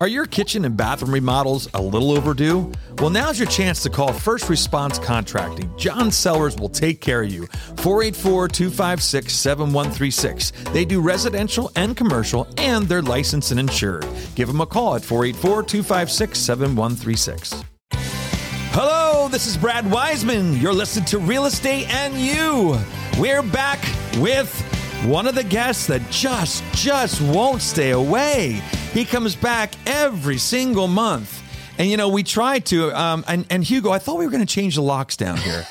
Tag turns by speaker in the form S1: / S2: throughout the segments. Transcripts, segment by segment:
S1: Are your kitchen and bathroom remodels a little overdue? Well, now's your chance to call First Response Contracting. John Sellers will take care of you. 484 256 7136. They do residential and commercial, and they're licensed and insured. Give them a call at 484 256 7136. Hello, this is Brad Wiseman. You're listening to Real Estate and You. We're back with one of the guests that just, just won't stay away. He comes back every single month. And you know we tried to, um, and, and Hugo, I thought we were going to change the locks down here,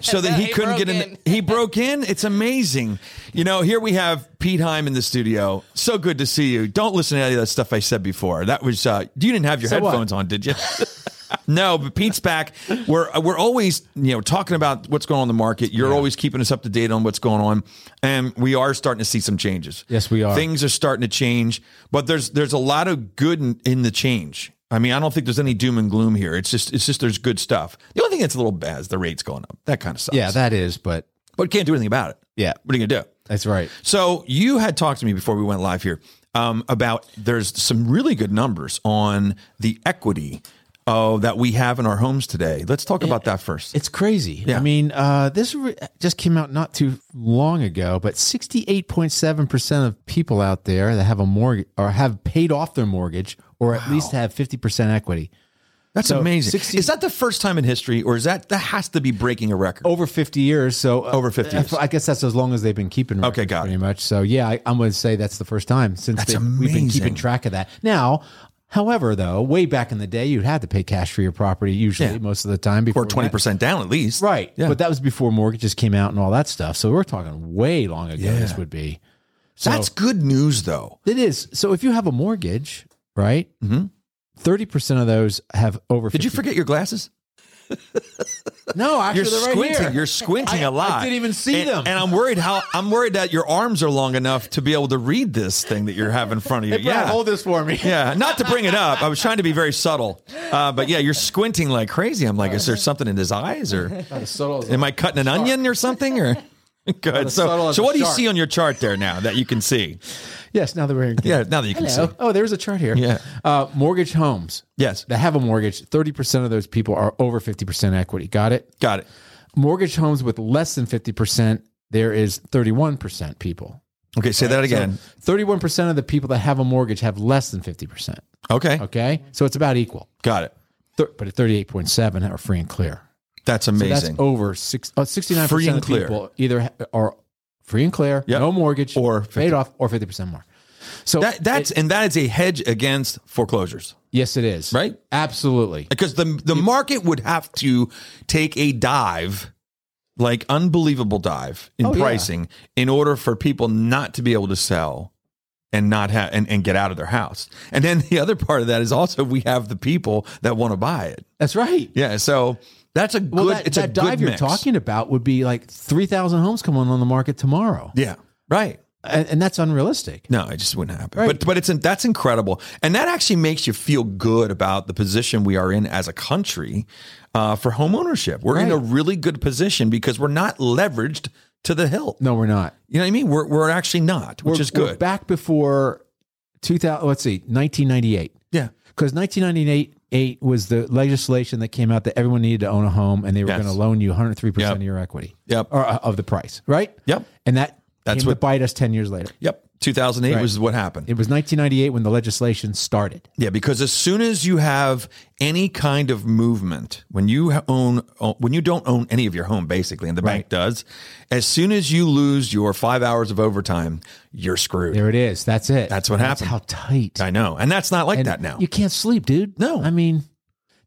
S1: so that he,
S2: He
S1: couldn't get
S2: broke
S1: in. He broke in. It's amazing. You know, here we have Pete Heim in the studio. So good to see you. Don't listen to any of that stuff I said before. That was uh, you didn't have your
S3: what?
S1: headphones on, did you? No, but Pete's back. We're we're always you know talking about what's going on in the market. You're always keeping us up to date on what's going on, and we are starting to see some changes.
S3: Yes, we are.
S1: Things are starting to change, but there's there's a lot of good in, in the change. I mean, I don't think there's any doom and gloom here. It's just it's just there's good stuff. The only thing that's a little bad is the rates going up. That kind of sucks.
S3: Yeah, that is, but
S1: but can't do anything about it.
S3: yeah,
S1: What are you gonna do?
S3: that's right.
S1: So you had talked to me before we went live here um, about there's some really good numbers on the equity uh, that we have in our homes today. Let's talk about that first.
S3: It's crazy.
S1: Yeah.
S3: I mean, uh, this re- just came out not too long ago, but 68.7% of people out there that have a mortgage or have paid off their mortgage or at least have 50% equity.
S1: That's
S3: so
S1: amazing.
S3: 60
S1: is that the first time in history, or is that that has to be breaking a record?
S3: Over 50 years, so uh,
S1: Over 50 years.
S3: I guess that's as long as they've been keeping records,
S1: Okay, got it.
S3: pretty much. So yeah, I, I'm going to say that's the first time since
S1: That's
S3: they- we've been
S1: amazing.
S3: keeping track of that. Now, however, though, way back in the day, you had to pay cash for your property usually
S1: Yeah.
S3: most of the time before
S1: or twenty percent down at least,
S3: Right.
S1: Yeah,
S3: But that was before mortgages came out and all that stuff. So we're talking way long ago this would be. So
S1: that's good news though.
S3: it is. So if you have a mortgage, right?
S1: Mhm.
S3: 30% of those have over
S1: Did you
S3: 50
S1: forget your glasses?
S3: No, actually
S1: You're
S3: they're right
S1: squinting.
S3: here.
S1: You're squinting a lot.
S3: didn't even see
S1: And-
S3: them.
S1: And I'm worried how I'm worried that your arms are long enough to be able to read this thing that you have in front of you.
S3: Brad,
S1: yeah,
S3: Hold this for me.
S1: Yeah, not to bring it up. I was trying to be very subtle, uh, but yeah, you're squinting like crazy. I'm like, is there something in his eyes, or am I cutting an onion or something? Or good.
S3: subtle
S1: So,
S3: as
S1: so
S3: a
S1: what do you
S3: shark.
S1: see on your chart there now that you can see?
S3: Yes, now that we're
S1: Yeah, now that you can see.
S3: Hello. Oh, there's a chart here.
S1: Yeah.
S3: Uh, mortgage homes
S1: Yes,
S3: that have a mortgage, 30% of those people are over 50% equity. Got it?
S1: got it.
S3: Mortgage homes with less than 50%, there is 31% people.
S1: Okay, say that again.
S3: Thirty-one percent of the people that have a mortgage have less than fifty percent.
S1: Okay,
S3: Okay, so it's about equal.
S1: got it.
S3: Thir- but at thirty-eight point seven are free and clear.
S1: That's
S3: So
S1: amazing.
S3: that's over six, uh, 69
S1: Free
S3: percent
S1: and
S3: of
S1: clear.
S3: people either ha- are free and clear,
S1: Yep.
S3: no mortgage,
S1: Or
S3: paid off, or fifty percent more. So
S1: That, that's and that is a hedge against foreclosures,
S3: yes, it is
S1: right?
S3: Absolutely.
S1: Because the the market would have to take a dive, like unbelievable dive in
S3: Oh, yeah.
S1: pricing, in order for people not to be able to sell and not have and, and get out of their house. And then the other part of that is also we have the people that want to buy it.
S3: That's right.
S1: Yeah, so that's a good.
S3: Well, that,
S1: it's a
S3: that dive
S1: good
S3: you're
S1: mix.
S3: talking about would be like three thousand homes coming on the market tomorrow,
S1: Yeah, right.
S3: and, and that's unrealistic.
S1: No, it just wouldn't happen.
S3: Right.
S1: But but it's that's incredible, and that actually makes you feel good about the position we are in as a country uh, for home ownership. We're in a
S3: Right.
S1: really good position because we're not leveraged to the hilt.
S3: No, we're not.
S1: You know what I mean? We're we're actually not, which
S3: We're-
S1: is
S3: We're
S1: good.
S3: back before two thousand. Let's see, nineteen ninety-eight.
S1: yeah,
S3: because 1998 eight was the legislation that came out that everyone needed to own a home and they were
S1: Yes.
S3: going to loan you 103%
S1: Yep.
S3: of your equity
S1: Yep.
S3: or uh, of the price right
S1: Yep.
S3: and that
S1: That's
S3: that's
S1: what-
S3: to bite us 10 years later
S1: yep. Two thousand eight was what happened.
S3: it was 1998 when the legislation started
S1: Yeah, because as soon as you have any kind of movement, when you ha- own, when you don't own any of your home, basically, and the bank does, as soon as you lose your five hours of overtime, you're screwed.
S3: there it is that's it
S1: That's what happened.
S3: how tight
S1: I know, and that's not like
S3: And
S1: that now.
S3: you can't sleep dude
S1: No.
S3: i mean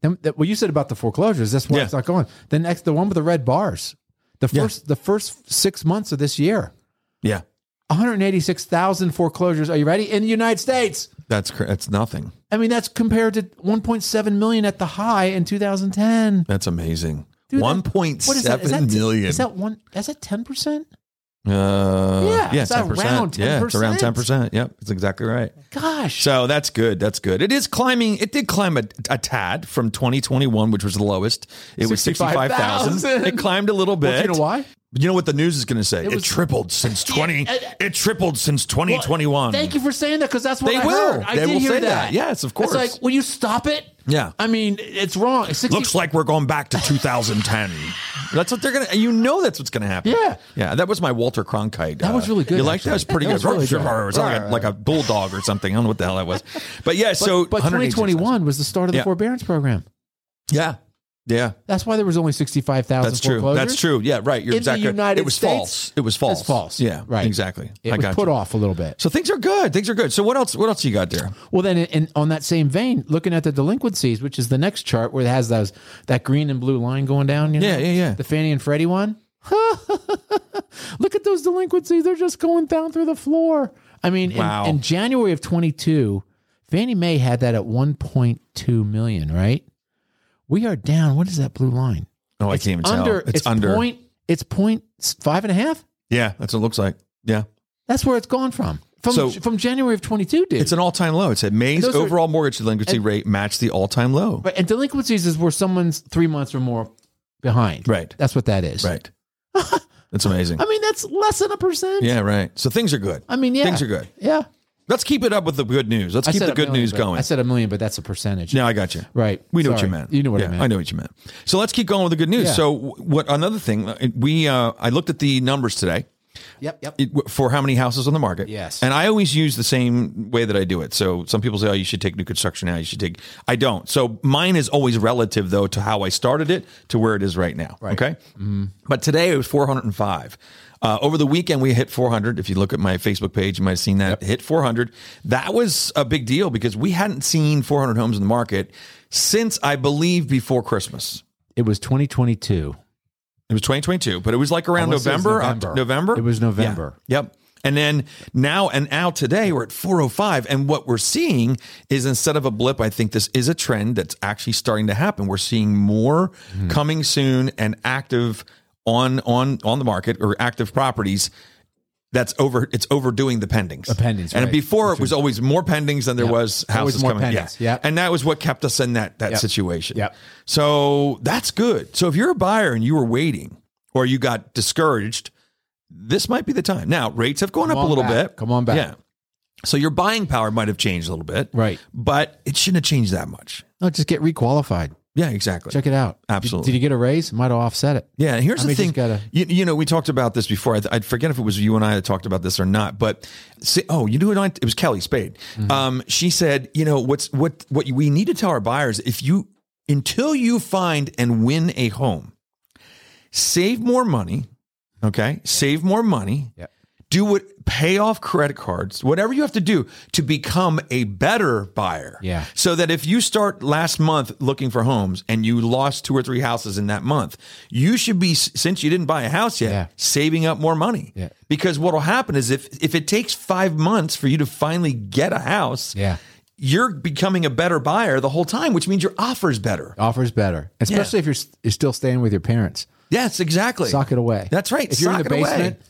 S3: them, that, what you said about the foreclosures that's why
S1: Yeah.
S3: it's not going the next the one with the red bars the
S1: Yeah.
S3: first the first six months of this year
S1: yeah,
S3: 186000 foreclosures are you ready in the united states
S1: that's cr- that's nothing.
S3: I mean, that's compared to 1.7 million at the high in 2010.
S1: That's amazing.
S3: Dude, that-
S1: One point
S3: What is that? Is
S1: seven
S3: that,
S1: million.
S3: Is that one? Is that 10 percent?
S1: uh,
S3: Yeah, it's
S1: yeah, 10%.
S3: around
S1: Yeah, it's around ten
S3: 10%.
S1: percent. Yep, it's exactly right.
S3: Gosh.
S1: So that's good. That's good. It is climbing. It did climb a, a tad from 2021, which was the lowest. It was 65,000.
S3: 65,000.
S1: It climbed a little bit.
S3: Well, do you know why?
S1: But you know what the news is going to say? It,
S3: was-
S1: tripled since 20
S3: I- I-
S1: It tripled since
S3: Well,
S1: 2021.
S3: Thank you for saying that because that's what
S1: They
S3: I
S1: will.
S3: heard. I
S1: They
S3: did
S1: will
S3: hear
S1: say that.
S3: that.
S1: Yes, of course.
S3: It's like, will you stop it?
S1: Yeah.
S3: I mean, it's wrong. 60
S1: Looks like we're going back to 2010. that's what they're going to, you know, that's what's going to happen.
S3: Yeah.
S1: Yeah. That was my Walter Cronkite. That
S3: was really good,
S1: You like that?
S3: actually.
S1: It was pretty
S3: That
S1: good.
S3: was really good.
S1: It was like, a, like a bulldog or something. I don't know what the hell that was. But yeah, so.
S3: but
S1: 180
S3: 2021 was the start of the
S1: Yeah.
S3: forbearance program.
S1: Yeah. Yeah.
S3: That's why there was only 65,000
S1: That's true.
S3: foreclosures.
S1: That's true. Yeah, right. You're
S3: In the
S1: exactly.
S3: United
S1: it was
S3: States,
S1: false. It was false.
S3: it's false.
S1: Yeah,
S3: Right.
S1: Exactly.
S3: It
S1: I
S3: was
S1: got
S3: put
S1: you.
S3: off a little bit.
S1: So things are good. Things are good. So what else? What else you got there?
S3: Well, then, in, on that same vein, looking at the delinquencies, which is the next chart where it has those that green and blue line going down. You know,
S1: Yeah, yeah, yeah.
S3: The Fannie and Freddie one. Look at those delinquencies; they're just going down through the floor. I mean, in-
S1: Wow.
S3: in, January of twenty two, Fannie Mae had that at one point two million. Right? We are down. What is that blue line?
S1: Oh, I can't even
S3: under.
S1: tell. It's, under.
S3: Point, it's point s- five and a half.
S1: yeah, that's what it looks like. Yeah,
S3: That's where it's gone from. From
S1: So-
S3: from January of twenty two, dude.
S1: it's an all-time low. It said May's
S3: those are-
S1: overall mortgage delinquency rate matched the all-time low.
S3: Right, and delinquencies is where someone's three months or more behind.
S1: Right.
S3: That's what that is.
S1: Right. that's amazing.
S3: I mean, that's less than a percent.
S1: Yeah, right. So things are good.
S3: I mean, yeah.
S1: Things are good.
S3: Yeah.
S1: Let's keep it up with the good news. Let's
S3: I
S1: keep
S3: said
S1: the
S3: a
S1: good
S3: million,
S1: news
S3: but-
S1: going.
S3: I said a million, but that's a percentage.
S1: Now I got you.
S3: Right.
S1: We know what you
S3: Sorry.
S1: meant.
S3: You know what
S1: Yeah,
S3: I meant.
S1: I know what you meant. So let's keep going with the good news.
S3: Yeah.
S1: So w- what? Another thing. We uh, I looked at the numbers today.
S3: Yep. Yep.
S1: it, for how many houses on the market.
S3: Yes.
S1: And I always use the same way that I do it. So some people say, oh, you should take new construction now. You should take, I don't. So mine is always relative though to how I started it to where it is right now. Okay. But today it was 405. Uh, over the weekend, we hit 400. If you look at my Facebook page, you might have seen that hit 400. That was a big deal because we hadn't seen 400 homes in the market since I believe before Christmas.
S3: it was 2022.
S1: It was 2022, but it was like around
S3: I wanna say it was
S1: November,
S3: November.
S1: Oct- November.
S3: It was November.
S1: Yeah. Yep. And then now and now today we're at 405 and what we're seeing is instead of a blip I think this is a trend that's actually starting to happen. We're seeing more
S3: Hmm.
S1: coming soon and active on on on the market or active properties that's over it's overdoing the pendings. The
S3: pendings,
S1: And
S3: right.
S1: before it was always more pendings than there was
S3: Always
S1: houses
S3: more
S1: coming
S3: pendings, yeah.
S1: And that was what kept us in that that situation.
S3: Yep.
S1: So that's good. So if you're a buyer and you were waiting or you got discouraged, this might be the time. Now rates have gone up a
S3: on
S1: little
S3: back.
S1: bit.
S3: Come on back.
S1: Yeah. So your buying power might have changed a little bit.
S3: Right.
S1: But it shouldn't have changed that much.
S3: No, just get requalified.
S1: Yeah, exactly.
S3: Check it out.
S1: Absolutely.
S3: Did, did you get a raise? Might have offset it.
S1: Yeah, and here's the
S3: mean,
S1: thing.
S3: just gotta-
S1: you, you know, we talked about this before. I, I forget if it was you and I that talked about this or not. But see, oh, you know what? I- It was Kelly Spade.
S3: Mm-hmm.
S1: Um, she said, you know, what's what what we need to tell our buyers if you until you find and win a home, save more money. Okay, save more money.
S3: Yep.
S1: Do what pay off credit cards, whatever you have to do to become a better buyer.
S3: Yeah.
S1: So that if you start last month looking for homes and you lost two or three houses in that month, you should be since you didn't buy a house yet,
S3: Yeah.
S1: saving up more money.
S3: Yeah.
S1: Because what'll happen is if if it takes 5 months for you to finally get a house,
S3: Yeah.
S1: you're becoming a better buyer the whole time, which means your offer's better.
S3: Offers better, especially if you're, s- you're still staying with your parents.
S1: Yes, exactly.
S3: Sock it away.
S1: That's right.
S3: If you're in
S1: Sock
S3: the
S1: it away.
S3: basement,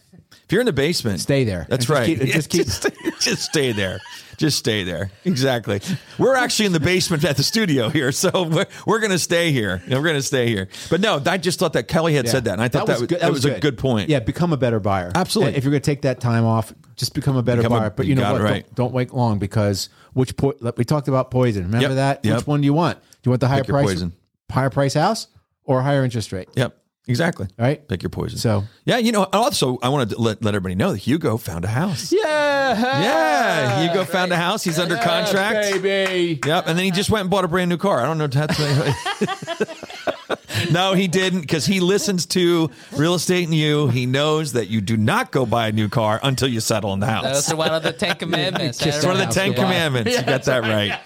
S1: If you're in the basement,
S3: Stay there.
S1: That's
S3: And just
S1: right.
S3: keep- and
S1: Yeah,
S3: just keep-
S1: just, just stay there. Just stay there. Exactly. We're actually in the basement at the studio here, so we're, we're going to stay here. We're going to stay here. But no, I just thought that Kelly had said that, and I thought that was, that was, a good point.
S3: Yeah, become a better buyer.
S1: Absolutely.
S3: If you're going to take that time off, just become a better
S1: Become a-
S3: buyer. but
S1: you
S3: you know
S1: got
S3: what?
S1: it right.
S3: Don't, don't wait long because which po- like we talked about poison. Remember
S1: Yep,
S3: that?
S1: yep.
S3: Which one do you want? Do you want the higher
S1: your
S3: price,
S1: poison.
S3: higher price house or higher interest rate?
S1: Yep. Exactly.
S3: Right.
S1: Pick your poison.
S3: So-
S1: yeah, you know. Also, I want to let, let everybody know that Hugo found a house.
S3: Yeah.
S1: Yeah, Hugo found a house. He's under contract.
S3: baby.
S1: Yep, and then he just went and bought a brand new car. I don't know. How to no, he didn't because he listens to Real Estate and You. He knows that you do not go buy a new car until you settle in the house.
S2: That's one of the Ten Commandments.
S3: Kiss
S1: It's one of the
S3: That's
S1: Ten
S3: right.
S1: Commandments. You got that right.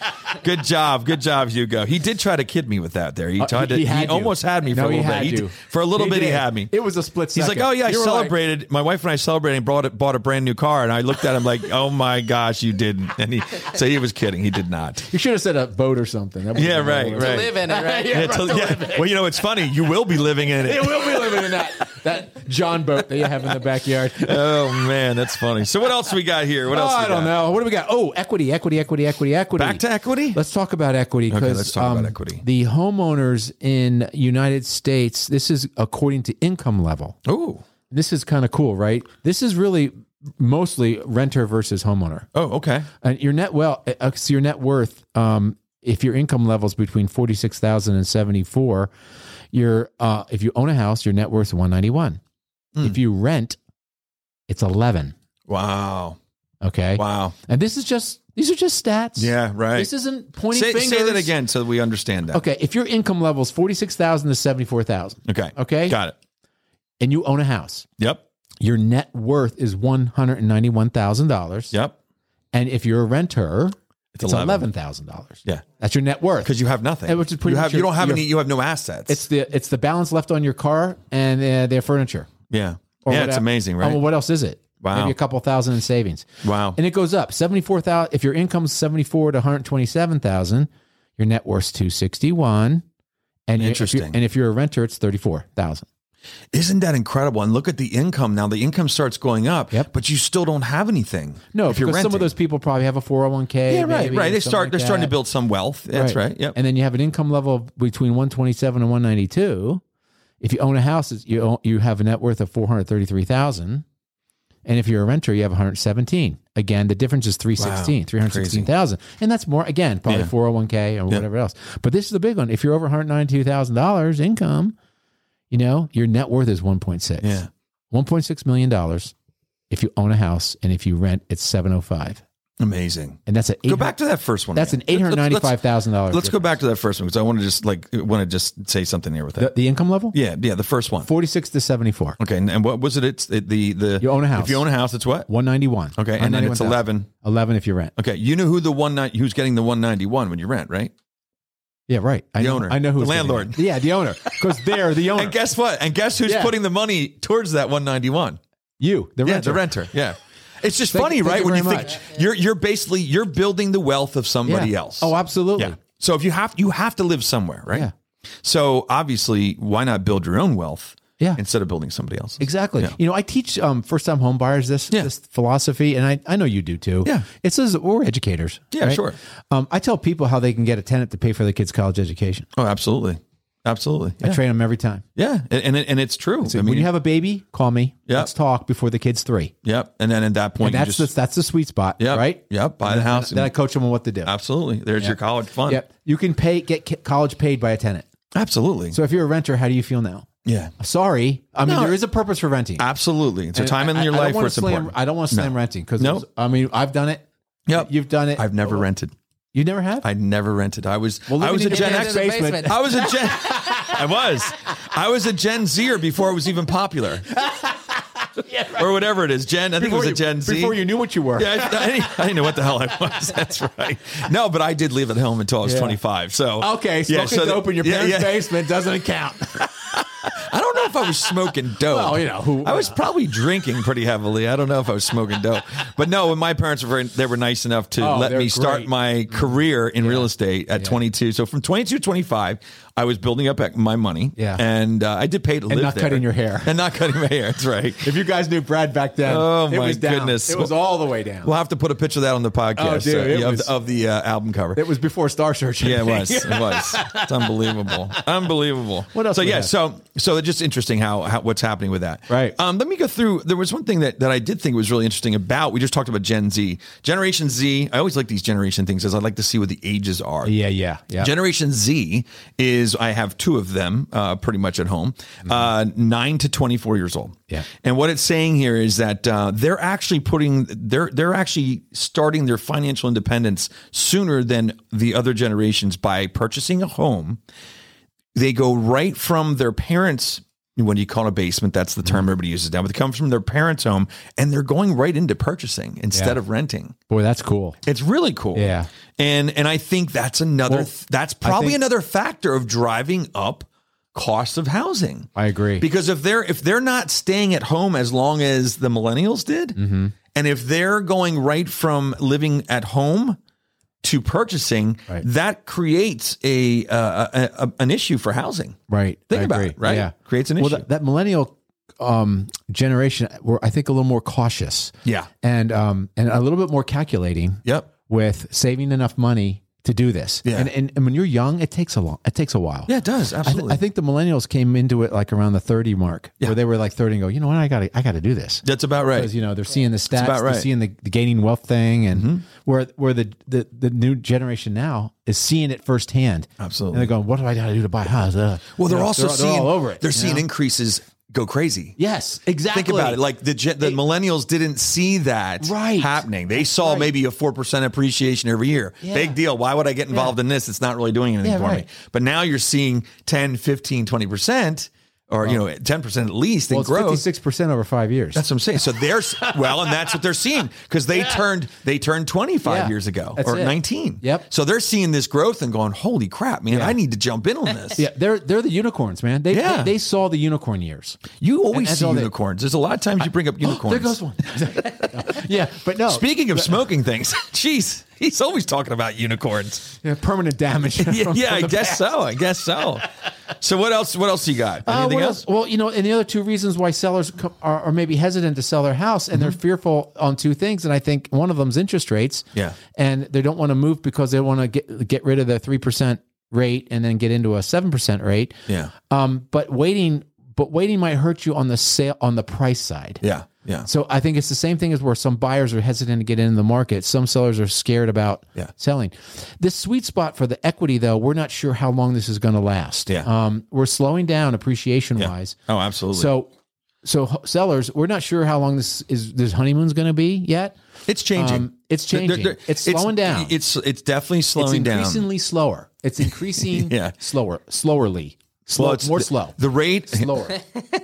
S1: Good job, good job, Hugo. He did try to kid me with that. There, he tried to. He,
S3: Uh, had you.
S1: almost had me for
S3: No,
S1: a little
S3: he
S1: bit.
S3: had
S1: He
S3: you.
S1: did- for a little bit, he
S3: did.
S1: had me.
S3: It was a split
S1: He's
S3: second.
S1: like, oh yeah, I
S3: You were like-
S1: celebrated. my wife and I celebrated and brought it, bought a brand new car, and I looked at him like, oh my gosh, you didn't. And he, so he was kidding. He did not.
S3: you should have said a boat or something. That would've
S1: Yeah,
S3: been
S1: right,
S3: better.
S1: right.
S2: To live in it, right?
S1: Yeah, to- yeah. Well, you know, it's funny. You will be living in
S3: It
S1: it.
S3: will be living in that that John boat that you have in the backyard.
S1: Oh man, that's funny. So what else we got here? What
S3: Oh,
S1: else? we
S3: I don't
S1: got?
S3: know. What do we got? Oh, equity, equity, equity, equity, equity.
S1: Back to equity.
S3: Let's talk about equity because
S1: let's talk about equity.
S3: the homeowners in United States. This is according to income level.
S1: Oh,
S3: this is kind of cool, right? This is really mostly renter versus homeowner.
S1: Oh, okay.
S3: And your net well, uh, so your net worth, um, if your income level's between forty six thousand and seventy four, your uh, if you own a house, your net worth one ninety one.
S1: Hmm.
S3: If you rent, it's eleven.
S1: Wow.
S3: Okay,
S1: Wow.
S3: and this is just these are just stats.
S1: Yeah, right.
S3: this isn't pointing
S1: Say,
S3: fingers.
S1: say that again so we understand that.
S3: Okay, if your income level's forty six thousand to seventy four thousand,
S1: Okay.
S3: okay,
S1: Got it.
S3: and you own a house,
S1: Yep.
S3: your net worth is one hundred and ninety one thousand dollars.
S1: Yep.
S3: and if you're a renter,
S1: It's
S3: it's,
S1: 11.
S3: eleven thousand dollars.
S1: Yeah.
S3: that's your net worth.
S1: Because you have nothing.
S3: Yeah, which is
S1: you,
S3: pretty much
S1: have, you
S3: your-
S1: don't have
S3: your-
S1: any. You have no assets.
S3: It's the it's the balance left on your car and uh, their furniture.
S1: yeah.
S3: Or
S1: Yeah.
S3: what
S1: It's
S3: el-
S1: amazing,
S3: Oh, well,
S1: right?
S3: what else is it?
S1: Wow.
S3: Maybe a couple thousand in savings.
S1: Wow.
S3: And it goes up seventy four thousand. If your income's seventy four to one hundred twenty seven thousand, your net worth's two sixty one. And you- if you-
S1: Interesting.
S3: and if you're a renter, it's thirty four thousand.
S1: Isn't that incredible? And look at the income now. The income starts going up,
S3: Yep.
S1: but you still don't have anything.
S3: No,
S1: if you're
S3: because
S1: renting.
S3: some of those people probably have a four hundred one k.
S1: yeah, right, right. They start. they're starting to build some wealth. That's right. Yep.
S3: And then you have an income level of between one twenty seven and one ninety two. If you own a house, it's- you own, you have a net worth of four hundred thirty three thousand, and if you're a renter, you have one hundred seventeen. Again, the difference is three sixteen,
S1: Wow,
S3: three hundred sixteen thousand, and that's more. Again, probably
S1: Yeah.
S3: four hundred one k or whatever else. But this is the big one. If you're over one hundred ninety two thousand dollars income, you know your net worth is one point six.
S1: Yeah.
S3: one point six million dollars. If you own a house, and if you rent, it's seven oh five,
S1: Amazing.
S3: and that's an
S1: Go back to that first one.
S3: that's an
S1: again.
S3: eight hundred
S1: Let's-
S3: ninety
S1: let's-
S3: five thousand dollars.
S1: Let's, let's go back to that first one because I want to just like want to just say something here with it.
S3: The, the income level?
S1: yeah, yeah. The first one.
S3: 46 to 74.
S1: Okay, and, and what was it? It's it, the the
S3: You own a house.
S1: If you own a house, it's what?
S3: 191.
S1: Okay, and then it's
S3: 191,000.
S1: eleven.
S3: 11 if you rent.
S1: Okay, you know who the one night who's getting the one ninety one when you rent, right?
S3: Yeah, right. I
S1: The
S3: know,
S1: owner.
S3: I know who
S1: The
S3: it's gonna be.
S1: landlord.
S3: Yeah, the owner. Because they're the owner.
S1: And guess what? And guess who's
S3: Yeah.
S1: putting the money towards that one ninety one?
S3: you, the
S1: Yeah,
S3: renter.
S1: the renter. Yeah. It's just
S3: Thank-
S1: funny,
S3: thank
S1: right?
S3: you
S1: when you
S3: very
S1: think
S3: much.
S1: you're you're basically you're building the wealth of
S3: Yeah.
S1: somebody else.
S3: Oh, absolutely.
S1: yeah. So if you have you have to live somewhere, right?
S3: Yeah.
S1: So obviously, why not build your own wealth
S3: Yeah.
S1: instead of building somebody else's?
S3: Exactly.
S1: Yeah.
S3: You know, I teach um, first time home buyers this,
S1: Yeah.
S3: this philosophy, and I, I know you do too.
S1: Yeah.
S3: It says we're educators.
S1: Yeah,
S3: right?
S1: sure.
S3: Um, I tell people how they can get a tenant to pay for their kids' college education.
S1: Oh, absolutely. Absolutely.
S3: I
S1: Yeah.
S3: train them every time.
S1: yeah. And, and, it- and it's true. I mean,
S3: when you have a baby, call me.
S1: Yeah.
S3: Let's talk before the kid's three.
S1: yep. And then at that point,
S3: And that's,
S1: you just,
S3: the, that's the sweet spot,
S1: yep,
S3: right?
S1: Yep. Buy the house.
S3: Then I
S1: and-
S3: coach them on what to do.
S1: absolutely. There's your college fund.
S3: Yep. You can pay get ki- college paid by a tenant.
S1: Absolutely.
S3: So if you're a renter, how do you feel now?
S1: yeah.
S3: Sorry, I mean
S1: No.
S3: there is a purpose for renting.
S1: Absolutely. It's a time in
S3: I-
S1: your
S3: I don't
S1: life
S3: wanna
S1: where it's
S3: slam,
S1: important.
S3: I don't want to slam renting because
S1: No.
S3: I mean I've done it.
S1: Yep.
S3: You've done it.
S1: I've never rented.
S3: You never have.
S1: I never rented. I was
S3: Well,
S1: I
S3: living
S1: was a
S3: in
S1: Gen
S3: your
S1: X.
S3: parents' basement.
S1: I was a Gen. I was. I was a Gen Zer before it was even popular. Or whatever it is, Gen. I think it was a Gen Z.
S3: before you knew what you were.
S1: Yeah, I, I, didn't, I didn't know what the hell I was. That's right. No, but I did live at home until I was
S3: Yeah.
S1: 25. So
S3: Okay, smoking
S1: that-
S3: dope in your
S1: yeah,
S3: parents'
S1: yeah.
S3: basement doesn't count.
S1: I don't know if I was smoking dope.
S3: Well, you know, who-
S1: I was probably drinking pretty heavily. I don't know if I was smoking dope, but no. When my parents were, very, they were nice enough to
S3: Oh,
S1: let me
S3: they're
S1: start
S3: great.
S1: my career in real estate at 22. So from 22 to 25, I was building up my money.
S3: Yeah.
S1: and uh, I did pay to live
S3: not
S1: there.
S3: cutting your hair.
S1: and not cutting my hair. That's right.
S3: if you guys knew Brad back then,
S1: Oh,
S3: it
S1: my
S3: was down.
S1: goodness.
S3: It was all the way down.
S1: We'll have to put a picture of that on the podcast
S3: Oh, dude,
S1: uh,
S3: it
S1: yeah, of,
S3: was-
S1: the- of the uh, album cover.
S3: it was before Star Search. I
S1: Yeah, it
S3: think.
S1: was. It was. It's unbelievable. Unbelievable.
S3: What else
S1: So
S3: do we
S1: yeah,
S3: have?
S1: so so it's just interesting how, how what's happening with that.
S3: Right.
S1: Um, let me go through. There was one thing that, that I did think was really interesting about. We just talked about Gen Z, Generation Z. I always like these generation things as I like to see what the ages are.
S3: Yeah, yeah, yeah.
S1: Generation Z is I have two of them uh, pretty much at home, uh, nine to twenty four years old.
S3: Mm-hmm. Yeah.
S1: and what it's saying here is that uh, they're actually putting they're they're actually starting their financial independence sooner than the other generations by purchasing a home they go right from their parents when you call it a basement that's the
S3: Mm-hmm.
S1: term everybody uses now but they come from their parents home and they're going right into purchasing instead of renting
S3: Boy, that's cool.
S1: it's really cool
S3: Yeah.
S1: and and i think that's another
S3: Well,
S1: that's probably
S3: think-
S1: another factor of driving up costs of housing
S3: I agree.
S1: because if they're if they're not staying at home as long as the millennials did
S3: Mm-hmm.
S1: and if they're going right from living at home to purchasing
S3: Right.
S1: that creates a, uh, a, a an issue for housing
S3: Right.
S1: Think
S3: I
S1: about
S3: agree.
S1: it, right?
S3: Yeah.
S1: Creates an
S3: well,
S1: issue.
S3: That, that millennial um, generation were, I think, a little more cautious.
S1: Yeah.
S3: And um, and a little bit more calculating
S1: Yep.
S3: with saving enough money to do this.
S1: Yeah.
S3: And, and and when you're young, it takes a long it takes a while.
S1: Yeah, it does.
S3: I, th-
S1: Absolutely.
S3: I think the millennials came into it like around the 30 mark,
S1: Yeah.
S3: where they were like 30 and go, you know what, I got to, I got to do this
S1: that's about right.
S3: because you know they're seeing the stats,
S1: about right. Mm-hmm.
S3: they're seeing the, the gaining wealth thing, and where where the, the the new generation now is seeing it firsthand.
S1: Absolutely.
S3: and they're going, "What do I got to do to buy a house?" Uh,
S1: Well,
S3: you
S1: they're
S3: know,
S1: also
S3: they're,
S1: seeing
S3: all over it.
S1: They're
S3: you
S1: seeing
S3: know?
S1: increases go crazy.
S3: yes, exactly.
S1: Think about it. Like the gen- the millennials didn't see that
S3: Right.
S1: happening. They saw maybe a four percent appreciation every year.
S3: Yeah.
S1: Big deal. Why would I get involved in this? It's not really doing anything
S3: Yeah,
S1: for me.
S3: right.
S1: But now you're seeing 10, 15, 20 percent, or you know, ten percent at least
S3: well,
S1: in
S3: it's
S1: growth.
S3: fifty six percent over five years.
S1: That's what I'm saying. So they're well, and that's what they're seeing because they turned they turned 25
S3: Yeah.
S1: years ago
S3: That's
S1: or
S3: it.
S1: 19.
S3: Yep.
S1: So they're seeing this growth and going, holy crap, man!
S3: Yeah.
S1: I need to jump in on this.
S3: yeah, they're they're the unicorns, man. They
S1: Yeah.
S3: they, they saw the unicorn years.
S1: You always
S3: that's
S1: see
S3: all they-
S1: unicorns. There's a lot of times you bring up unicorns.
S3: There goes one. yeah, but no.
S1: Speaking of smoking things, jeez, he's always talking about unicorns.
S3: Yeah, permanent damage.
S1: Yeah,
S3: from-
S1: yeah
S3: from
S1: I
S3: the
S1: guess
S3: past.
S1: so. I guess so. So what else? What else you got?
S3: Uh,
S1: Anything
S3: what
S1: else?
S3: else? Well, you know, and the other two reasons why sellers co- are, are maybe hesitant to sell their house, and
S1: Mm-hmm.
S3: they're fearful on two things, and I think one of them's interest rates.
S1: Yeah.
S3: and they don't want to move because they want to get get rid of their three percent rate and then get into a seven percent rate.
S1: Yeah,
S3: Um, but waiting, but waiting might hurt you on the sale on the price side.
S1: yeah, yeah.
S3: So I think it's the same thing as where some buyers are hesitant to get into the market. Some sellers are scared about
S1: Yeah.
S3: selling. This sweet spot for the equity, though, we're not sure how long this is going to last.
S1: Yeah.
S3: Um, we're slowing down appreciation wise.
S1: Oh, absolutely.
S3: So, so h- sellers, we're not sure how long this is. This honeymoon's going to be yet.
S1: it's changing.
S3: Um, it's
S1: They're-
S3: changing.
S1: they're-
S3: it's slowing down. It's,
S1: It's it's definitely slowing down.
S3: increasingly slower. It's increasing
S1: Yeah.
S3: slower, slowerly, slow,
S1: Well, it's
S3: more
S1: the-
S3: slow,
S1: The rate,
S3: slower.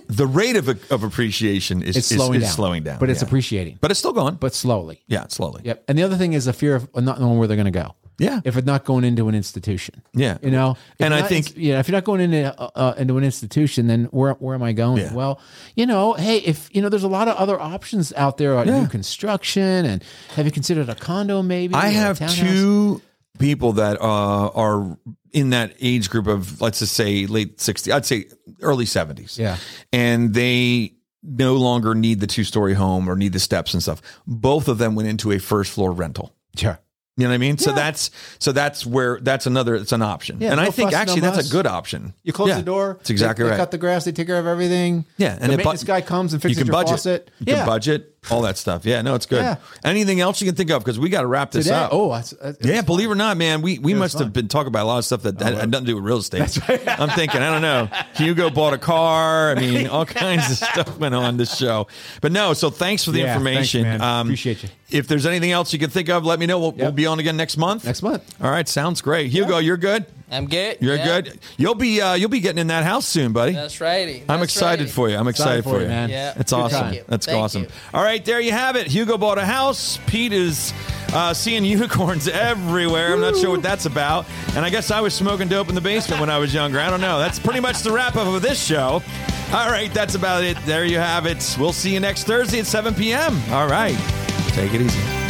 S1: the rate of, of appreciation is,
S3: It's
S1: is-
S3: slowing
S1: is
S3: down,
S1: slowing down.
S3: but it's
S1: yeah.
S3: appreciating,
S1: but it's still going. But
S3: but slowly.
S1: yeah, slowly.
S3: Yep. And the other thing is a fear of not knowing where they're going to go.
S1: Yeah.
S3: If it's not going into an institution.
S1: Yeah.
S3: You know. If
S1: And
S3: you're
S1: I
S3: not
S1: think-
S3: ins- you know, if you're not going into uh, uh, into an institution, then where where am I going?
S1: Yeah.
S3: Well, you know, hey, if you know, there's a lot of other options out there on
S1: Yeah.
S3: new construction, and have you considered a condo? Maybe
S1: I
S3: or a
S1: have
S3: townhouse?
S1: two people that uh, are in that age group of let's just say late 60s, I'd say early 70s.
S3: Yeah.
S1: And they no longer need the two-story home or need the steps and stuff. Both of them went into a first floor rental.
S3: Sure.
S1: You know what I mean? So that's so that's where that's another it's an option.
S3: Yeah,
S1: and I
S3: no
S1: think
S3: fuss, no
S1: actually that's
S3: muss.
S1: a good option.
S3: You close
S1: Yeah,
S3: the door.
S1: That's exactly
S3: they,
S1: right.
S3: They cut the grass. They take care of everything.
S1: Yeah,
S3: and
S1: and it
S3: the
S1: bu-
S3: maintenance guy comes and fixes
S1: you can
S3: your
S1: budget.
S3: faucet.
S1: You can budget all that stuff. Yeah, no, it's good.
S3: Yeah.
S1: Anything else you can think of because we got to wrap this
S3: Today-
S1: up.
S3: oh, that's, that's,
S1: yeah, believe it or not, man, we, we must
S3: fun.
S1: have been talking about a lot of stuff that had,
S3: Oh,
S1: had nothing to do with real estate. I'm thinking, I don't know. Hugo bought a car. I mean, all kinds of stuff went on this show. But no, so thanks for the
S3: Yeah, thanks,
S1: information. Um,
S3: man. Appreciate you.
S1: If there's anything else you can think of, let me know. We'll, we'll be on again next month.
S3: Next month.
S1: All right, sounds great. Hugo, you're good.
S2: I'm good.
S1: You're
S2: Yeah.
S1: good. You'll be uh, you'll be getting in that house soon, buddy.
S2: That's righty.
S1: I'm
S2: That's
S1: excited
S2: righty.
S1: for you. I'm excited, for you,
S3: man.
S2: Yeah.
S1: That's
S2: Good
S1: awesome.
S2: time. Thank you.
S1: That's
S2: Thank
S1: awesome.
S2: you.
S1: All right, there you have it. Hugo bought a house. Pete is uh, seeing unicorns everywhere. I'm not sure what that's about. And I guess I was smoking dope in the basement when I was younger. I don't know. That's pretty much the wrap up of this show. All right, that's about it. There you have it. We'll see you next Thursday at 7 p.m. All right, take it easy.